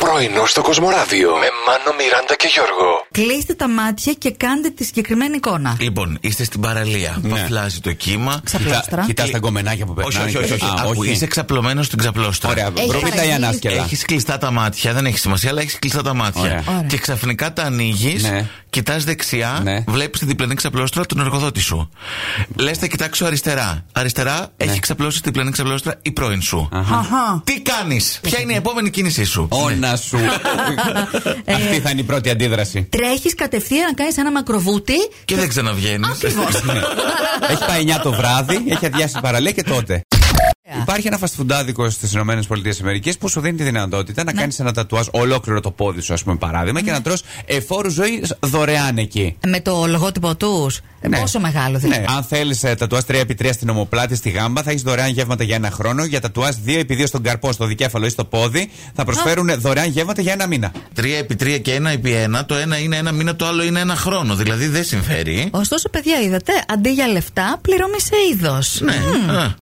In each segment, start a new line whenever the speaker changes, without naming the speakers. Πρωινό στο Κοσμοράδιο με Μάνο, Μιράντα και Γιώργο.
Κλείστε τα μάτια και κάντε τη συγκεκριμένη εικόνα.
Λοιπόν, είστε στην παραλία.
Ναι.
Παφλάζει το κύμα.
Ξαπλώστρα.
Κοιτά τα γκομενάκια που
Ε, Όχι,
περνάνε.
όχι, όχι. όχι.
Α,
Άκου,
όχι.
Είσαι ξαπλωμένος στην ξαπλώστρα.
Ωραία,
Έχεις
βρώμητα ή
παραγγείλει.
ανάσκελα.
Έχεις κλειστά τα μάτια, δεν έχει σημασία, αλλά έχεις κλειστά τα μάτια.
Ωραία.
Ωραία.
Και ξαφνικά τα ανοίγεις,
Ναι.
κοιτάς δεξιά,
Ναι.
βλέπεις την διπλανή ξαπλώστρα του εργοδότη σου. Λες, θα κοιτάξω αριστερά. Αριστερά
Ναι.
έχει ξαπλώσει την διπλανή ξαπλώστρα η πρώην σου.
Αχα.
Τι κάνεις, Ποια είναι η επόμενη κίνησή σου.
Όνα σου. Αυτή θα είναι η πρώτη αντίδραση.
Τρέχεις κατευθείαν να κάνεις ένα μακροβούτι.
Και δεν Ναι. ξαναβγαίνει.
Έχει πάει 9 το βράδυ, έχει αδειάσει η παραλία και τότε. Υπάρχει ένα φαστφουντάδικο στι ΗΠΑ που σου δίνει τη δυνατότητα να κάνεις ένα τατουάζ ολόκληρο το πόδι σου, ας πούμε, παράδειγμα, και να τρώ εφόρου ζωή δωρεάν εκεί.
Με το λογότυπο τους.
Ναι.
Πόσο μεγάλο
Ναι.
δηλαδή.
Αν θέλεις τατουάζ 3x3 στην ομοπλάτη, στη γάμπα, θα έχεις δωρεάν γεύματα για ένα χρόνο. Για τατουάζ 2x2 στον καρπό, στο δικέφαλο ή στο πόδι, θα προσφέρουν δωρεάν γεύματα για ένα μήνα.
Τρία επί τρία και ένα επί ένα. Το ένα είναι ένα μήνα, το άλλο είναι ένα χρόνο. Δηλαδή δεν συμφέρει.
Ωστόσο, παιδιά, είδατε, αντί για λεφτά, πληρώμη σε είδος.
Ναι. Α.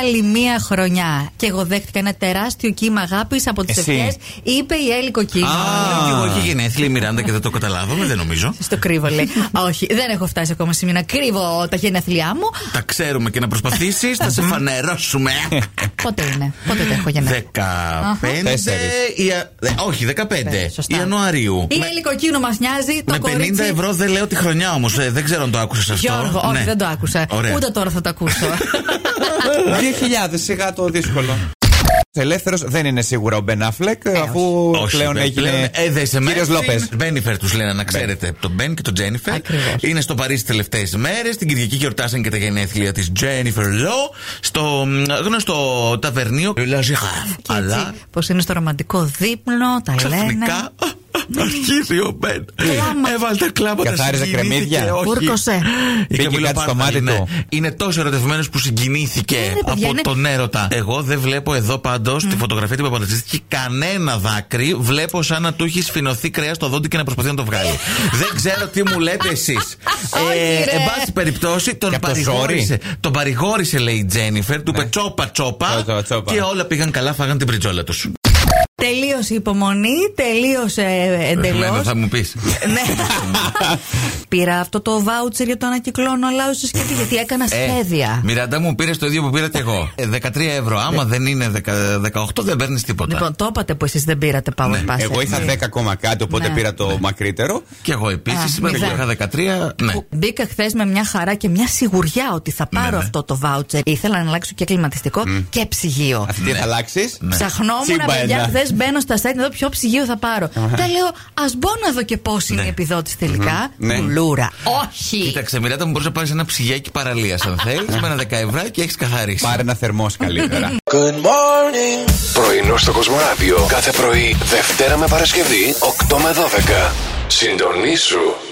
Άλλη μία χρονιά. Και εγώ δέχτηκα ένα τεράστιο κύμα αγάπης από τις
Εσύ.
ευχές. Είπε η Έλλη Κοκκίνη.
Λέω κι εγώ έχει γενέθλια η Μιράντα και δεν το καταλάβαμε, δεν νομίζω.
Στο κρύβο, λέει. Όχι, δεν έχω φτάσει ακόμα σήμερα. Κρύβω τα γενέθλιά μου.
Τα ξέρουμε και να προσπαθήσεις, θα σε φανερώσουμε.
Πότε είναι, πότε τα έχω γενέθλια.
15.
Τέσσερις.
Ια- δε- Όχι, 15
σωστά.
Ιανουαρίου.
Η
Με-
Έλλη Κοκκίνου μας νοιάζει. Το
Με 50
κορίτσι
ευρώ δεν λέω τη χρονιά όμως. Δεν ξέρω αν το άκουσες αυτό.
Γιώργο, όχι,
Ναι.
δεν το άκουσα.
Ωραία.
Ούτε τώρα θα το ακούσω.
2000, σιγά το δύσκολο. Ελεύθερος δεν είναι σίγουρα ο Μπεν Αφλεκ, αφού
Όχι,
πλέον
δεν-
έγινε.
ε, δεν σε
Κύριο
μένει.
Λόπε.
Μπένιφερ τους λένε, να ξέρετε. Το Μπεν και το Τζένιφερ.
Ακριβώς.
Είναι στο Παρίσι τις τελευταίες μέρες. Την Κυριακή γιορτάσαν και τα γενέθλια της Τζένιφερ Λό στο μ, γνωστό ταβερνίο La Girafe. Αλλά
Πώ είναι στο ρομαντικό δείπνο, τα λένε.
ξαφνικά. α, Αρχίζει ο Μπεν.
Κλάμα.
Έβαλε τα κλάματα
Καθάριζε
συγκινήθηκε,
κρεμμύδια.
όχι.
Βούρκωσε.
Η
Πήγε
Καμίλα
κάτι στο
Πάρθαλη, ναι.
μάτι του.
Είναι τόσο ερωτευμένος που συγκινήθηκε
Είναι, Ε, παιδιά,
από
είναι-
τον έρωτα. Εγώ δεν βλέπω εδώ πάντως τη φωτογραφία του Παπαντζήτη κανένα δάκρυ. Βλέπω σαν να του έχει σφινωθεί κρέας στο δόντι και να προσπαθεί να το βγάλει. δεν ξέρω τι μου λέτε εσείς.
Όχι, ρε.
εν πάση περιπτώσει, τον
Και από το Ναι.
παρηγόρησε. Τον παρηγόρησε, λέει η Τζένιφερ, του είπε τσόπα τσόπα.
Τσόπα, τσόπα.
Και όλα πήγαν καλά, φάγαν την πριτζόλα τους.
Τελείωσε η υπομονή, τελείωσε εντελώ.
Ε, θα μου πεις.
Ναι. Πήρα αυτό το βάουτσερ για το ανακυκλώνω λαό στη σκηνή γιατί
Ε,
έκανα σχέδια.
Μιραντά μου πήρες το ίδιο που πήρα και εγώ. Ε, 13 ευρώ. Άμα δεν είναι δεκα- 18, δεν παίρνεις τίποτα.
Λοιπόν, το είπατε που εσείς δεν πήρατε Power
Ναι,
Pass.
Εγώ είχα 10 ακόμα κάτι, οπότε
ε, Ναι.
πήρα το μακρύτερο.
Και εγώ
Α,
επίση. Σήμερα που
μηδέν.
είχα 13. Ναι.
Μπήκα χθες με μια χαρά και μια σιγουριά ότι θα πάρω
ναι.
αυτό το βάουτσερ. Ήθελα να αλλάξω και κλιματιστικό και ψυγείο.
Αυτή θα αλλάξεις.
Ναι. Ψαχνόμουν,
Τσίμπα
παιδιά,
ένα.
χθες μπαίνω στα site να δω ποιο ψυγείο θα πάρω. Τα λέω, ας μπω να δω και πώς είναι η επιδότηση τελικά.
Ναι.
Κουλούρα. Όχι!
Κοίταξε, Μιράντα μου μπορείς να πάρεις ένα ψυγιάκι παραλίας αν θέλεις. με ένα δεκαευρά και έχεις καθαρίσει.
Πάρε ένα θερμό καλύτερα.
Πρωινό στο Κοσμοράδιο κάθε πρωί, Δευτέρα με Παρασκευή, 8 με 12. Συντονίσου